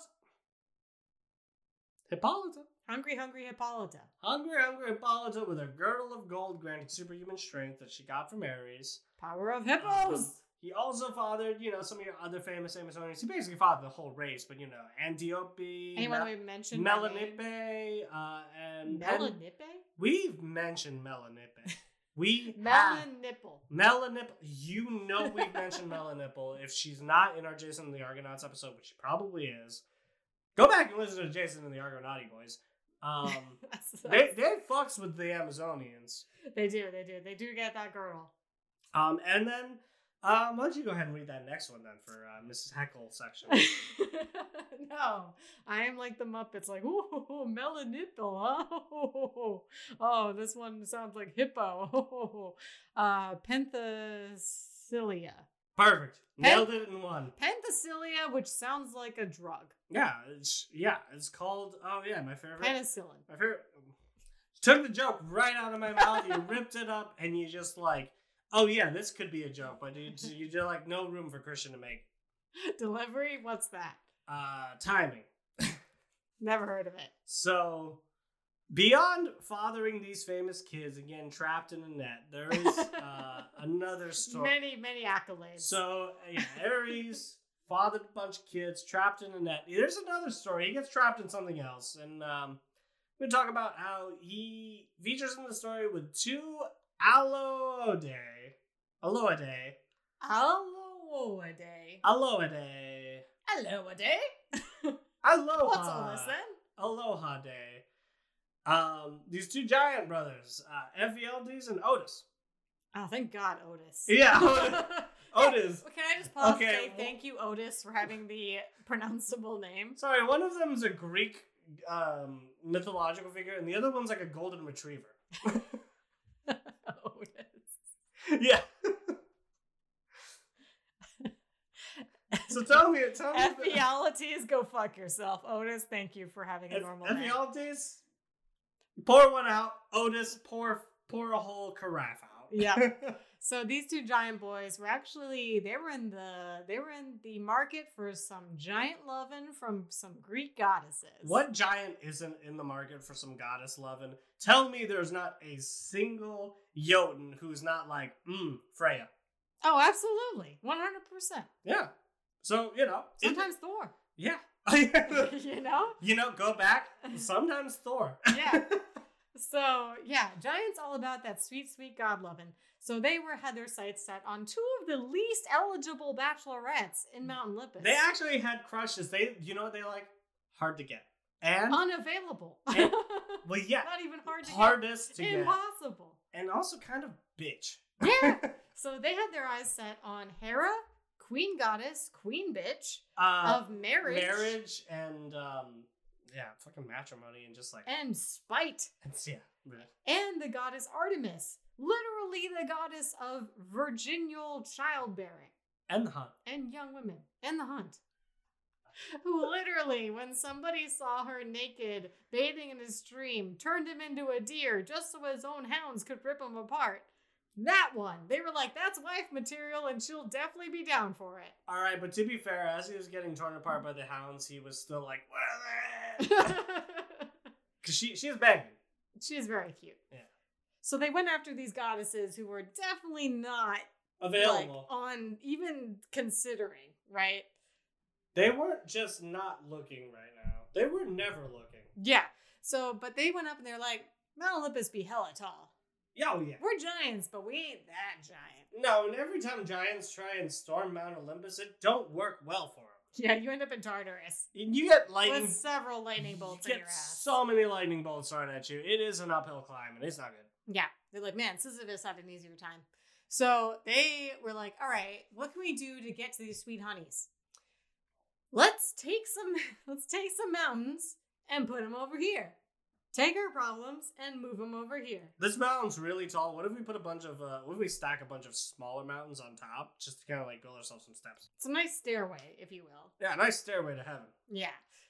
Speaker 1: Hippolyta.
Speaker 2: Hungry, hungry Hippolyta.
Speaker 1: Hungry, hungry Hippolyta with her girdle of gold granting superhuman strength that she got from Ares.
Speaker 2: Power of hippos!
Speaker 1: He also fathered, you know, some of your other famous Amazonians. He basically fathered the whole race, but you know, Antiope,
Speaker 2: Anyone
Speaker 1: Mel-
Speaker 2: that we mentioned? by name?
Speaker 1: Melanippe, uh, and, and
Speaker 2: Melanippe?
Speaker 1: we've mentioned Melanippe. We have
Speaker 2: Melanipple.
Speaker 1: Melanippe. You know we've mentioned Melanippe. If she's not in our Jason and the Argonauts episode, which she probably is, go back and listen to Jason and the Argonauti boys. Um, they they fucks with the Amazonians.
Speaker 2: They do, they do. They do get that girdle.
Speaker 1: Um, and then um, why don't you go ahead and read that next one then for uh, Mrs. Heckle section?
Speaker 2: no, I am like the Muppets, like, ooh, melanipple, huh? Oh, this one sounds like hippo. Uh, penthesilia.
Speaker 1: Perfect, nailed it in one.
Speaker 2: Penthesilia, which sounds like a drug.
Speaker 1: Yeah, it's yeah, it's called. Oh yeah, my favorite.
Speaker 2: Penicillin.
Speaker 1: my favorite. um, Took the joke right out of my mouth. You ripped it up, and you just like, oh yeah, this could be a joke, but you you did like no room for Christian to make
Speaker 2: Delivery, what's that?
Speaker 1: uh, timing.
Speaker 2: Never heard of it.
Speaker 1: So, beyond fathering these famous kids again, trapped in a net, there is uh, another story.
Speaker 2: Many, many accolades.
Speaker 1: So uh, yeah, Ares fathered a bunch of kids, trapped in a net. There's another story. He gets trapped in something else, and um, we talk about how he features in the story with two Aloide, Aloide,
Speaker 2: Aloe day.
Speaker 1: Uh, Aloide,
Speaker 2: Aloe day.
Speaker 1: Aloha,
Speaker 2: What's all
Speaker 1: uh,
Speaker 2: this then?
Speaker 1: Aloha Day. Um, these two giant brothers, uh, Ephialtes and Otis.
Speaker 2: Oh, thank God, Otis.
Speaker 1: Yeah, Otis.
Speaker 2: Can I just pause
Speaker 1: Okay,
Speaker 2: and say
Speaker 1: well-
Speaker 2: thank you, Otis, for having the pronounceable name?
Speaker 1: Sorry, one of them's a Greek um, mythological figure, and the other one's like a golden retriever.
Speaker 2: Otis.
Speaker 1: yeah. so tell me, tell me.
Speaker 2: E Ephialtes, go fuck yourself. Otis, thank you for having a
Speaker 1: If-
Speaker 2: normal name.
Speaker 1: Ephialtes, E pour one out. Otis, pour pour a whole carafe out.
Speaker 2: Yeah. So these two giant boys were actually they were in the they were in the market for some giant lovin' from some Greek goddesses.
Speaker 1: what giant isn't in the market for some goddess loving? Tell me, there's not a single Jotun who's not like, mm, Freya.
Speaker 2: Oh, absolutely, one hundred percent.
Speaker 1: Yeah. So you know, it-
Speaker 2: Sometimes Thor.
Speaker 1: yeah.
Speaker 2: you know.
Speaker 1: you know, go back. Sometimes Thor.
Speaker 2: yeah. So yeah, Giants all about that sweet, sweet God loving. So they were had their sights set on two of the least eligible bachelorettes in Mountain Olympus.
Speaker 1: Mm. They actually had crushes. They, you know, what they like hard to get and
Speaker 2: unavailable.
Speaker 1: And- well, yeah,
Speaker 2: Not even hard to
Speaker 1: hardest to
Speaker 2: get.
Speaker 1: get,
Speaker 2: Impossible.
Speaker 1: and also kind of bitch.
Speaker 2: Yeah. so they had their eyes set on Hera, Queen Goddess, Queen Bitch
Speaker 1: Uh,
Speaker 2: of marriage,
Speaker 1: marriage and um, yeah, fucking matrimony and just like
Speaker 2: and spite,
Speaker 1: it's, yeah, yeah.
Speaker 2: and the goddess Artemis, literally the goddess of virginal childbearing.
Speaker 1: and the hunt.
Speaker 2: and young women and the hunt who literally when somebody saw her naked bathing in a stream turned him into a deer just so his own hounds could rip him apart that one they were like that's wife material and she'll definitely be down for it
Speaker 1: All right, but to be fair, as he was getting torn apart by the hounds, he was still like, because she she was banging.
Speaker 2: she's very cute
Speaker 1: Yeah.
Speaker 2: so they went after these goddesses who were definitely not like oh.
Speaker 1: Available.
Speaker 2: on even considering right
Speaker 1: They weren't just not looking right now. They were never looking.
Speaker 2: Yeah. So, but they went up and they're like, Mount Olympus be hella tall.
Speaker 1: Yeah, Oh yeah.
Speaker 2: We're giants, but we ain't that giant.
Speaker 1: No, and every time giants try and storm Mount Olympus, it don't work well for them.
Speaker 2: Yeah, you end up in Tartarus
Speaker 1: And you get lightning.
Speaker 2: with several lightning bolts
Speaker 1: you
Speaker 2: in
Speaker 1: get
Speaker 2: your ass.
Speaker 1: so many lightning bolts thrown at you. It is an uphill climb, and it's not good.
Speaker 2: Yeah. They're like, man, Sisyphus had an easier time. So they were like, all right, what can we do to get to these sweet honeys? Let's take some let's take some mountains and put them over here. Take our problems and move them over here.
Speaker 1: This mountain's really tall. What if we put a bunch of, uh, what if we stack a bunch of smaller mountains on top just to kind of like build ourselves some steps?
Speaker 2: It's a nice stairway, if you will.
Speaker 1: Yeah, nice stairway to heaven.
Speaker 2: Yeah.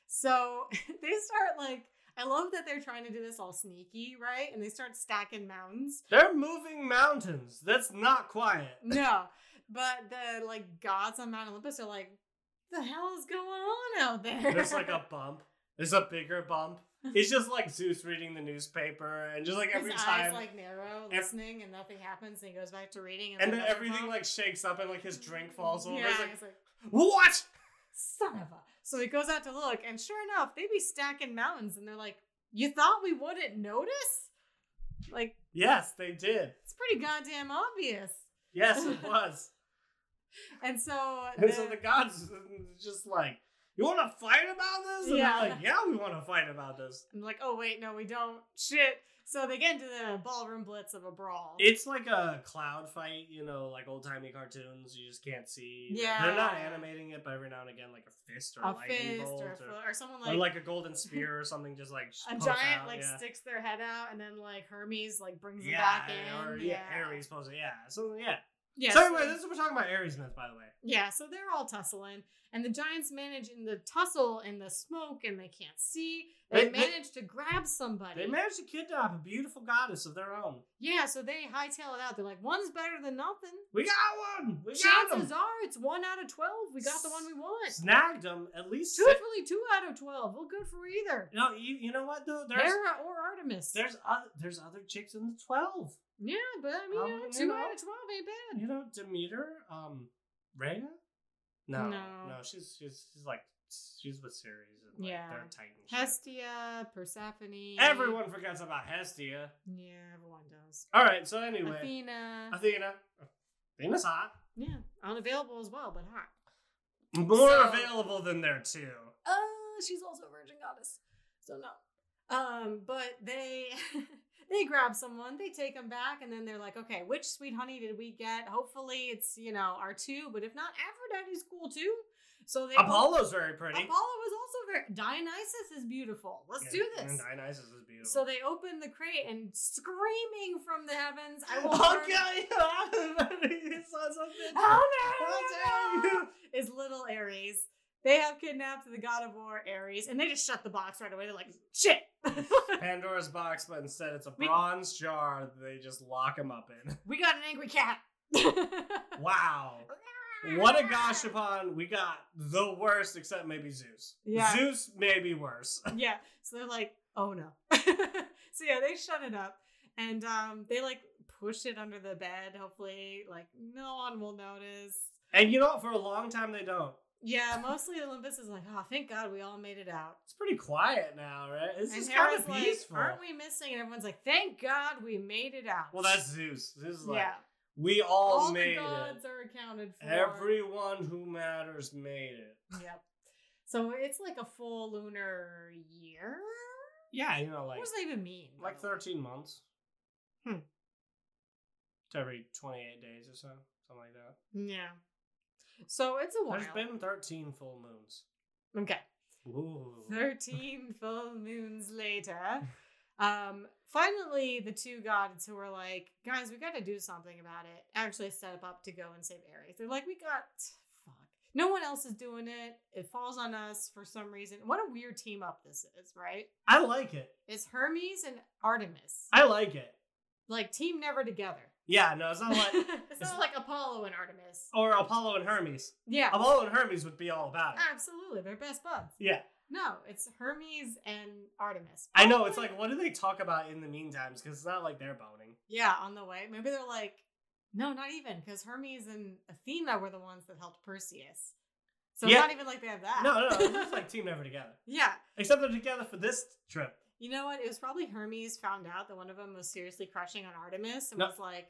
Speaker 2: So they start like I love that they're trying to do this all sneaky, right? And they start stacking mountains.
Speaker 1: They're moving mountains. That's not quiet.
Speaker 2: No, but the like gods on Mount Olympus are like, the hell is going on out there?
Speaker 1: There's like a bump. There's a bigger bump. It's just like Zeus reading the newspaper, and just like
Speaker 2: his
Speaker 1: every
Speaker 2: eyes
Speaker 1: time,
Speaker 2: like narrow,
Speaker 1: Ev-
Speaker 2: listening, and nothing happens, and he goes back to reading,
Speaker 1: and
Speaker 2: like,
Speaker 1: then
Speaker 2: another
Speaker 1: everything
Speaker 2: pump.
Speaker 1: like shakes up, and like his drink falls over.
Speaker 2: Yeah,
Speaker 1: It's like,
Speaker 2: he's like,
Speaker 1: what?
Speaker 2: son of a. So he goes out to look, and sure enough, they be stacking mountains, and they're like, you thought we wouldn't notice? Like
Speaker 1: Yes, they did.
Speaker 2: it's pretty goddamn obvious.
Speaker 1: Yes, it was.
Speaker 2: And so,
Speaker 1: and so
Speaker 2: the-
Speaker 1: the gods just like, you want to fight about this? And
Speaker 2: Yeah.
Speaker 1: they're like, yeah, we want to fight about this.
Speaker 2: I'm like, oh wait, no, we don't. Shit. So they get into the ballroom blitz of a brawl.
Speaker 1: It's like a cloud fight, you know, like old timey cartoons. You just can't see.
Speaker 2: Yeah.
Speaker 1: they're not animating it, but every now and again, like a fist or a,
Speaker 2: a
Speaker 1: lightning
Speaker 2: fist
Speaker 1: bolt
Speaker 2: or, a foot or someone like,
Speaker 1: or like a golden spear or something, just like
Speaker 2: a
Speaker 1: pokes
Speaker 2: giant
Speaker 1: out,
Speaker 2: like
Speaker 1: yeah.
Speaker 2: sticks their head out and then like Hermes like brings them
Speaker 1: yeah,
Speaker 2: back in.
Speaker 1: or
Speaker 2: yeah,
Speaker 1: yeah, Aries pose, yeah. So yeah.
Speaker 2: Yeah,
Speaker 1: so anyway, this is we're talking about Aries myth, by the way.
Speaker 2: yeah, so they're all tussling, and the giants manage in the tussle in the smoke, and they can't see. They,
Speaker 1: They- they-
Speaker 2: manage to grab somebody.
Speaker 1: They managed to kidnap a beautiful goddess of their own.
Speaker 2: yeah, so they hightail it out. They're like, one's better than nothing.
Speaker 1: We got one. We got
Speaker 2: Chances
Speaker 1: them.
Speaker 2: are, it's one out of twelve. We got the one we want.
Speaker 1: Snagged them. At least. Six.
Speaker 2: Truthfully, two out of twelve. Well, good for either
Speaker 1: No, you you know what though? There's
Speaker 2: Hera or Artemis.
Speaker 1: there's other there's other chicks in the twelve.
Speaker 2: yeah, but I mean,
Speaker 1: Um,
Speaker 2: you know,
Speaker 1: you
Speaker 2: two
Speaker 1: know.
Speaker 2: out of twelve ain't bad.
Speaker 1: You know Demeter, um, Rhea. No,
Speaker 2: No.
Speaker 1: no, she's she's she's like she's with Ceres. And like,
Speaker 2: Yeah.
Speaker 1: they're Titan. shit.
Speaker 2: Hestia, Persephone.
Speaker 1: Everyone forgets about Hestia.
Speaker 2: Yeah, everyone does.
Speaker 1: All right, so anyway,
Speaker 2: Athena.
Speaker 1: Athena. Athena's hot.
Speaker 2: yeah, unavailable as well, but hot.
Speaker 1: More
Speaker 2: So-
Speaker 1: available than there too.
Speaker 2: Oh, she's also a virgin goddess, so no. Um, but they they grab someone, they take them back, and then they're like, okay, which sweet honey did we get? Hopefully, it's you know our two, but if not, Aphrodite's cool too. So they
Speaker 1: Apollo's very pretty.
Speaker 2: Apollo was also very Dionysus is beautiful. Let's do
Speaker 1: And-
Speaker 2: this.
Speaker 1: And Dionysus is beautiful.
Speaker 2: So they open the crate and screaming from the heavens, I will
Speaker 1: I'll
Speaker 2: burn-
Speaker 1: kill you. You son of a bitch.
Speaker 2: How
Speaker 1: How
Speaker 2: dare
Speaker 1: dare
Speaker 2: you!
Speaker 1: you!
Speaker 2: Is little Ares. They have kidnapped the god of war, Ares, and they just shut the box right away. They're like, shit!
Speaker 1: Pandora's box, but instead it's a
Speaker 2: We-
Speaker 1: bronze jar that they just lock him up in.
Speaker 2: We got an angry cat!
Speaker 1: Wow. What a gosh upon. We got the worst, except maybe Zeus.
Speaker 2: Yeah.
Speaker 1: Zeus may be worse.
Speaker 2: Yeah, so they're like, oh no. so yeah, they shut it up and um, they like push it under the bed, hopefully. Like, no one will notice.
Speaker 1: And you know what? For a long time, they don't.
Speaker 2: Yeah, mostly Olympus is like, oh, thank God we all made it out.
Speaker 1: It's pretty quiet now, right? This
Speaker 2: And
Speaker 1: is kind
Speaker 2: Hera's
Speaker 1: of
Speaker 2: like,
Speaker 1: peaceful.
Speaker 2: aren't we missing? And everyone's like, thank God we made it out.
Speaker 1: Well, that's Zeus. Zeus is like,
Speaker 2: yeah.
Speaker 1: we all,
Speaker 2: All the
Speaker 1: made it.
Speaker 2: gods are accounted for.
Speaker 1: Everyone who matters made it.
Speaker 2: Yep. So it's like a full lunar year.
Speaker 1: Yeah, you know,
Speaker 2: What
Speaker 1: like
Speaker 2: does that even mean?
Speaker 1: like
Speaker 2: though?
Speaker 1: thirteen months.
Speaker 2: Hmm.
Speaker 1: It's every twenty-eight days or so, something like that.
Speaker 2: Yeah. So it's a while.
Speaker 1: There's been thirteen full moons.
Speaker 2: okay.
Speaker 1: Ooh.
Speaker 2: 13 full moons later. Um, finally, the two gods who were like, guys, we got to do something about it, actually set up to go and save Ares. They're like, we got, fuck. No one else is doing it. It falls on us for some reason. What a weird team up this is, right?
Speaker 1: I like it.
Speaker 2: It's Hermes and Artemis.
Speaker 1: I like it.
Speaker 2: Like, team never together.
Speaker 1: Yeah, no, it's Oh, not like
Speaker 2: it's not like Apollo and Artemis.
Speaker 1: or Apollo and Hermes.
Speaker 2: Yeah.
Speaker 1: Apollo and Hermes would be all about it.
Speaker 2: Absolutely. They're best buds.
Speaker 1: Yeah,
Speaker 2: No, it's Hermes and Artemis.
Speaker 1: I know. It's
Speaker 2: Probably-
Speaker 1: like, what do they talk about in the meantime? Because it's not like they're boning.
Speaker 2: Yeah, on the way. Maybe they're like, no, not even, because Hermes and Athena were the ones that helped Perseus. So it's
Speaker 1: Yeah.
Speaker 2: not even like they have that.
Speaker 1: No, no, no. It's like team never together.
Speaker 2: yeah.
Speaker 1: Except they're together for this trip.
Speaker 2: You know what? It was probably Hermes found out that one of them was seriously crushing on Artemis and
Speaker 1: No.
Speaker 2: was like,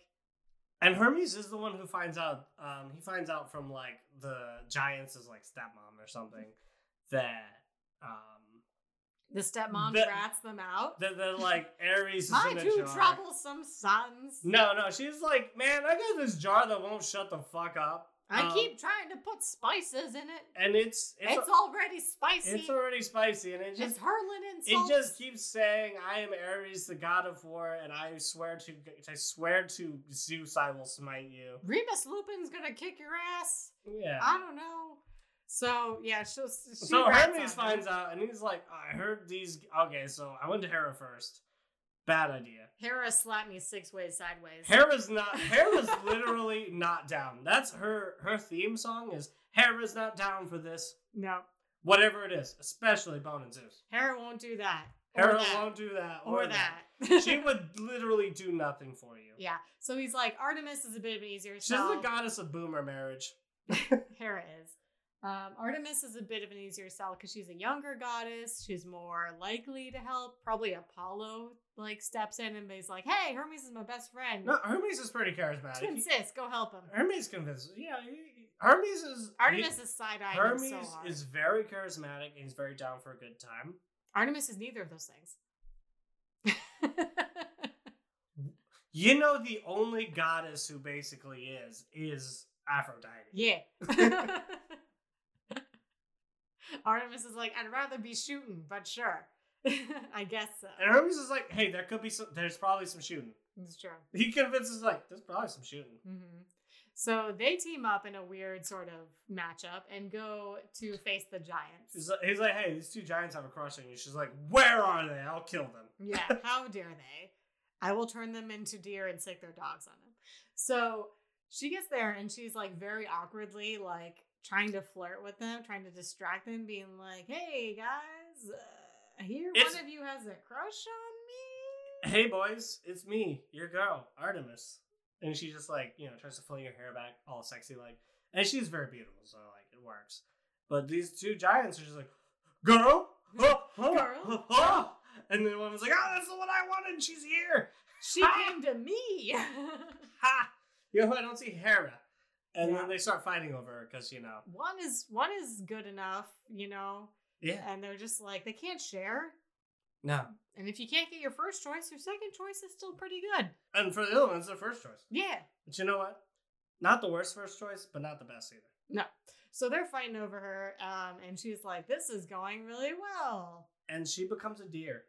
Speaker 1: And Hermes is the one who finds out. Um, he finds out from like the giants is like stepmom or something that um
Speaker 2: the stepmom
Speaker 1: That-
Speaker 2: rats them out.
Speaker 1: that, that like Ares is
Speaker 2: My
Speaker 1: in a
Speaker 2: two
Speaker 1: jar.
Speaker 2: troublesome sons.
Speaker 1: No, no, she's like, man, I got this jar that won't shut the fuck up.
Speaker 2: I
Speaker 1: Um,
Speaker 2: keep trying to put spices in it.
Speaker 1: and it's it's
Speaker 2: It's, already spicy.
Speaker 1: it's already spicy, and it
Speaker 2: it's,
Speaker 1: just
Speaker 2: hurling
Speaker 1: it
Speaker 2: insults.
Speaker 1: just keeps saying, "I am Ares, the god of war, and I swear to I swear to Zeus, I will smite you."
Speaker 2: Remus Lupin's gonna kick your ass.
Speaker 1: Yeah.
Speaker 2: I don't know. So yeah, she'll, she
Speaker 1: so
Speaker 2: rats
Speaker 1: Hermes
Speaker 2: on him.
Speaker 1: finds out, and he's like, "I heard these." Okay, so I went to Hera first. Bad idea.
Speaker 2: Hera slapped me six ways sideways.
Speaker 1: Hera's not. Hera's literally not down. That's her. Her theme song is "Hera's not down for this."
Speaker 2: no,
Speaker 1: Whatever it is, especially Bone and Zeus.
Speaker 2: Hera won't do that. Or
Speaker 1: Hera
Speaker 2: that.
Speaker 1: won't do that
Speaker 2: or that.
Speaker 1: she would literally do nothing for you.
Speaker 2: yeah. So he's like, Artemis is a bit of an easier
Speaker 1: She's
Speaker 2: sell.
Speaker 1: the goddess of boomer marriage.
Speaker 2: Hera is. Um, Artemis is a bit of an easier sell because she's a younger goddess. She's more likely to help. Probably Apollo like steps in and is like, "Hey, Hermes is my best friend.
Speaker 1: No, Hermes is pretty
Speaker 2: To
Speaker 1: charismatic. He-
Speaker 2: insist, go help him."
Speaker 1: Hermes convinces. Yeah, he, he- Hermes is.
Speaker 2: Artemis
Speaker 1: he-
Speaker 2: is side eyeing
Speaker 1: Hermes
Speaker 2: so hard.
Speaker 1: is very charismatic and he's very down for a good time.
Speaker 2: Artemis is neither of those things.
Speaker 1: You know, the only goddess who basically is is Aphrodite.
Speaker 2: yeah. Artemis is like, I'd rather be shooting, but sure. I guess so.
Speaker 1: And Hermes is like, hey, there could be some. There's probably some shooting.
Speaker 2: It's true.
Speaker 1: He convinces like, there's probably some shooting.
Speaker 2: hmm So they team up in a weird sort of matchup and go to face the
Speaker 1: He's
Speaker 2: giants.
Speaker 1: like, he's like, hey, these two giants have a crush on you. She's like, where are they? I'll kill them.
Speaker 2: yeah, how dare they? I will turn them into deer and stick their dogs on them. So she gets there and she's like very awkwardly like trying to flirt with them, trying to distract them, being like, "Hey guys, uh, here
Speaker 1: It's-
Speaker 2: one of you has a crush on me."
Speaker 1: hey boys, it's me, your girl, Artemis. And she just like, you know, tries to fling her hair back, all sexy like. And she's very beautiful, so like it works. But these two giants are just like, girl, oh, oh,
Speaker 2: Girl.
Speaker 1: oh, oh." and then one was like, oh, that's the one I wanted. She's here.
Speaker 2: She
Speaker 1: Ah!
Speaker 2: came to me.
Speaker 1: Ha! You know, who I don't see Hera. And
Speaker 2: Yeah.
Speaker 1: then they start fighting over her because you know,
Speaker 2: one is one is good enough, you know,
Speaker 1: yeah,
Speaker 2: and they're just like they can't share.
Speaker 1: no.
Speaker 2: And if you can't get your first choice, your second choice is still pretty good.
Speaker 1: And for the other one, it's their first choice.
Speaker 2: Yeah.
Speaker 1: But you know what? Not the worst first choice, but not the best either.
Speaker 2: So they're fighting over her, um, and she's like, "This is going really well."
Speaker 1: And she becomes a deer.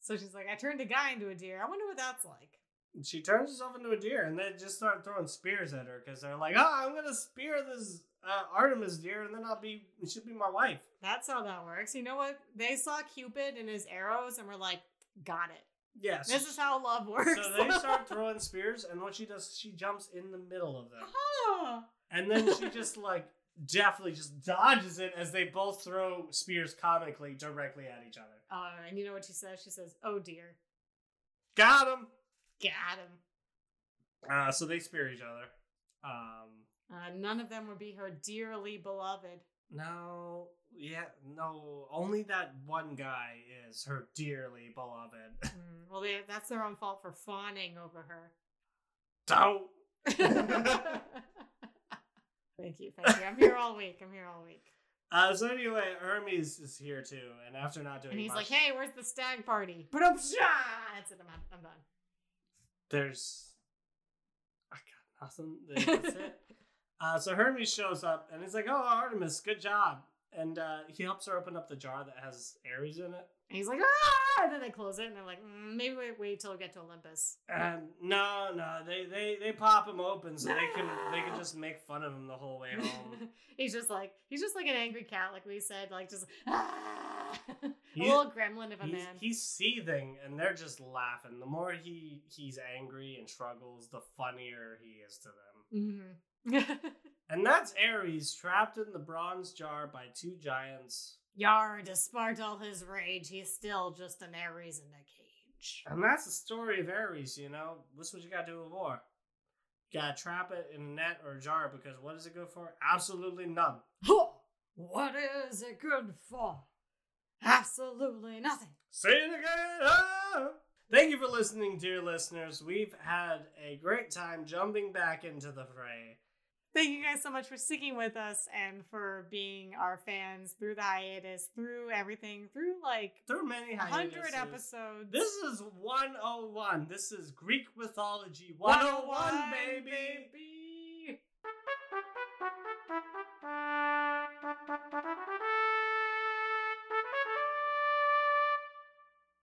Speaker 2: So she's like, "I turned a guy into a deer. I wonder what that's like."
Speaker 1: And she turns herself into a deer and they just start throwing spears at her because they're like, oh, I'm going to spear this uh, Artemis deer and then I'll be, she'll be my wife.
Speaker 2: That's how that works. You know what? They saw Cupid and his arrows, and were like, "Got it.
Speaker 1: Yes.
Speaker 2: This is how love works."
Speaker 1: so they start throwing spears and what she does, she jumps in the middle of them.
Speaker 2: Ah.
Speaker 1: And then she just like definitely just dodges it as they both throw spears comically directly at each other.
Speaker 2: Uh, and you know what she says? She says, "Oh dear,
Speaker 1: Got him.
Speaker 2: got him."
Speaker 1: Uh, so they spear each other. Um,
Speaker 2: Uh, none of them would be her dearly beloved.
Speaker 1: No, yeah, no. Only that one guy is her dearly beloved.
Speaker 2: Mm, well, they, that's their own fault for fawning over her.
Speaker 1: Don't.
Speaker 2: thank you, thank you. I'm here all week. I'm here all week.
Speaker 1: Uh, so anyway, Hermes is here too, and after not doing
Speaker 2: And he's
Speaker 1: much,
Speaker 2: like, "Hey, where's the stag party?" But I'm That's it. I'm, out. I'm done.
Speaker 1: there's, I got nothing. That's it. Uh, so Hermes shows up, and he's like, "Oh, Artemis, good job." And uh, he helps her open up the jar that has Ares in it.
Speaker 2: And he's like, "Ah!" And then they close it, and they're like, mm, "Maybe wait, wait till we get to Olympus."
Speaker 1: And no, no, they they they pop him open so they can they can just make fun of him the whole way home.
Speaker 2: he's just like he's just like an angry cat, like we said, like just "Ah!" a
Speaker 1: He's-
Speaker 2: little gremlin of a
Speaker 1: he's,
Speaker 2: man.
Speaker 1: he's seething and they're just laughing the more he he's angry and struggles the funnier he is to them
Speaker 2: mm-hmm.
Speaker 1: and that's ares trapped in the bronze jar by two giants
Speaker 2: Yar, despite all his rage, he's still just an Ares in a cage.
Speaker 1: and that's the story of ares you know this is what you gotta do with war gotta trap it in a net or a jar because what does it go for? Absolutely none.
Speaker 2: What is it good for? Absolutely nothing.
Speaker 1: Sin again. Ah! Thank you for listening, dear listeners. We've had a great time jumping back into the fray.
Speaker 2: Thank you guys so much for sticking with us and for being our fans through the hiatus, through everything, through like
Speaker 1: Through many
Speaker 2: 100
Speaker 1: hiatuses.
Speaker 2: episodes.
Speaker 1: This oh
Speaker 2: oh
Speaker 1: is 101. This is Greek mythology 101, baby.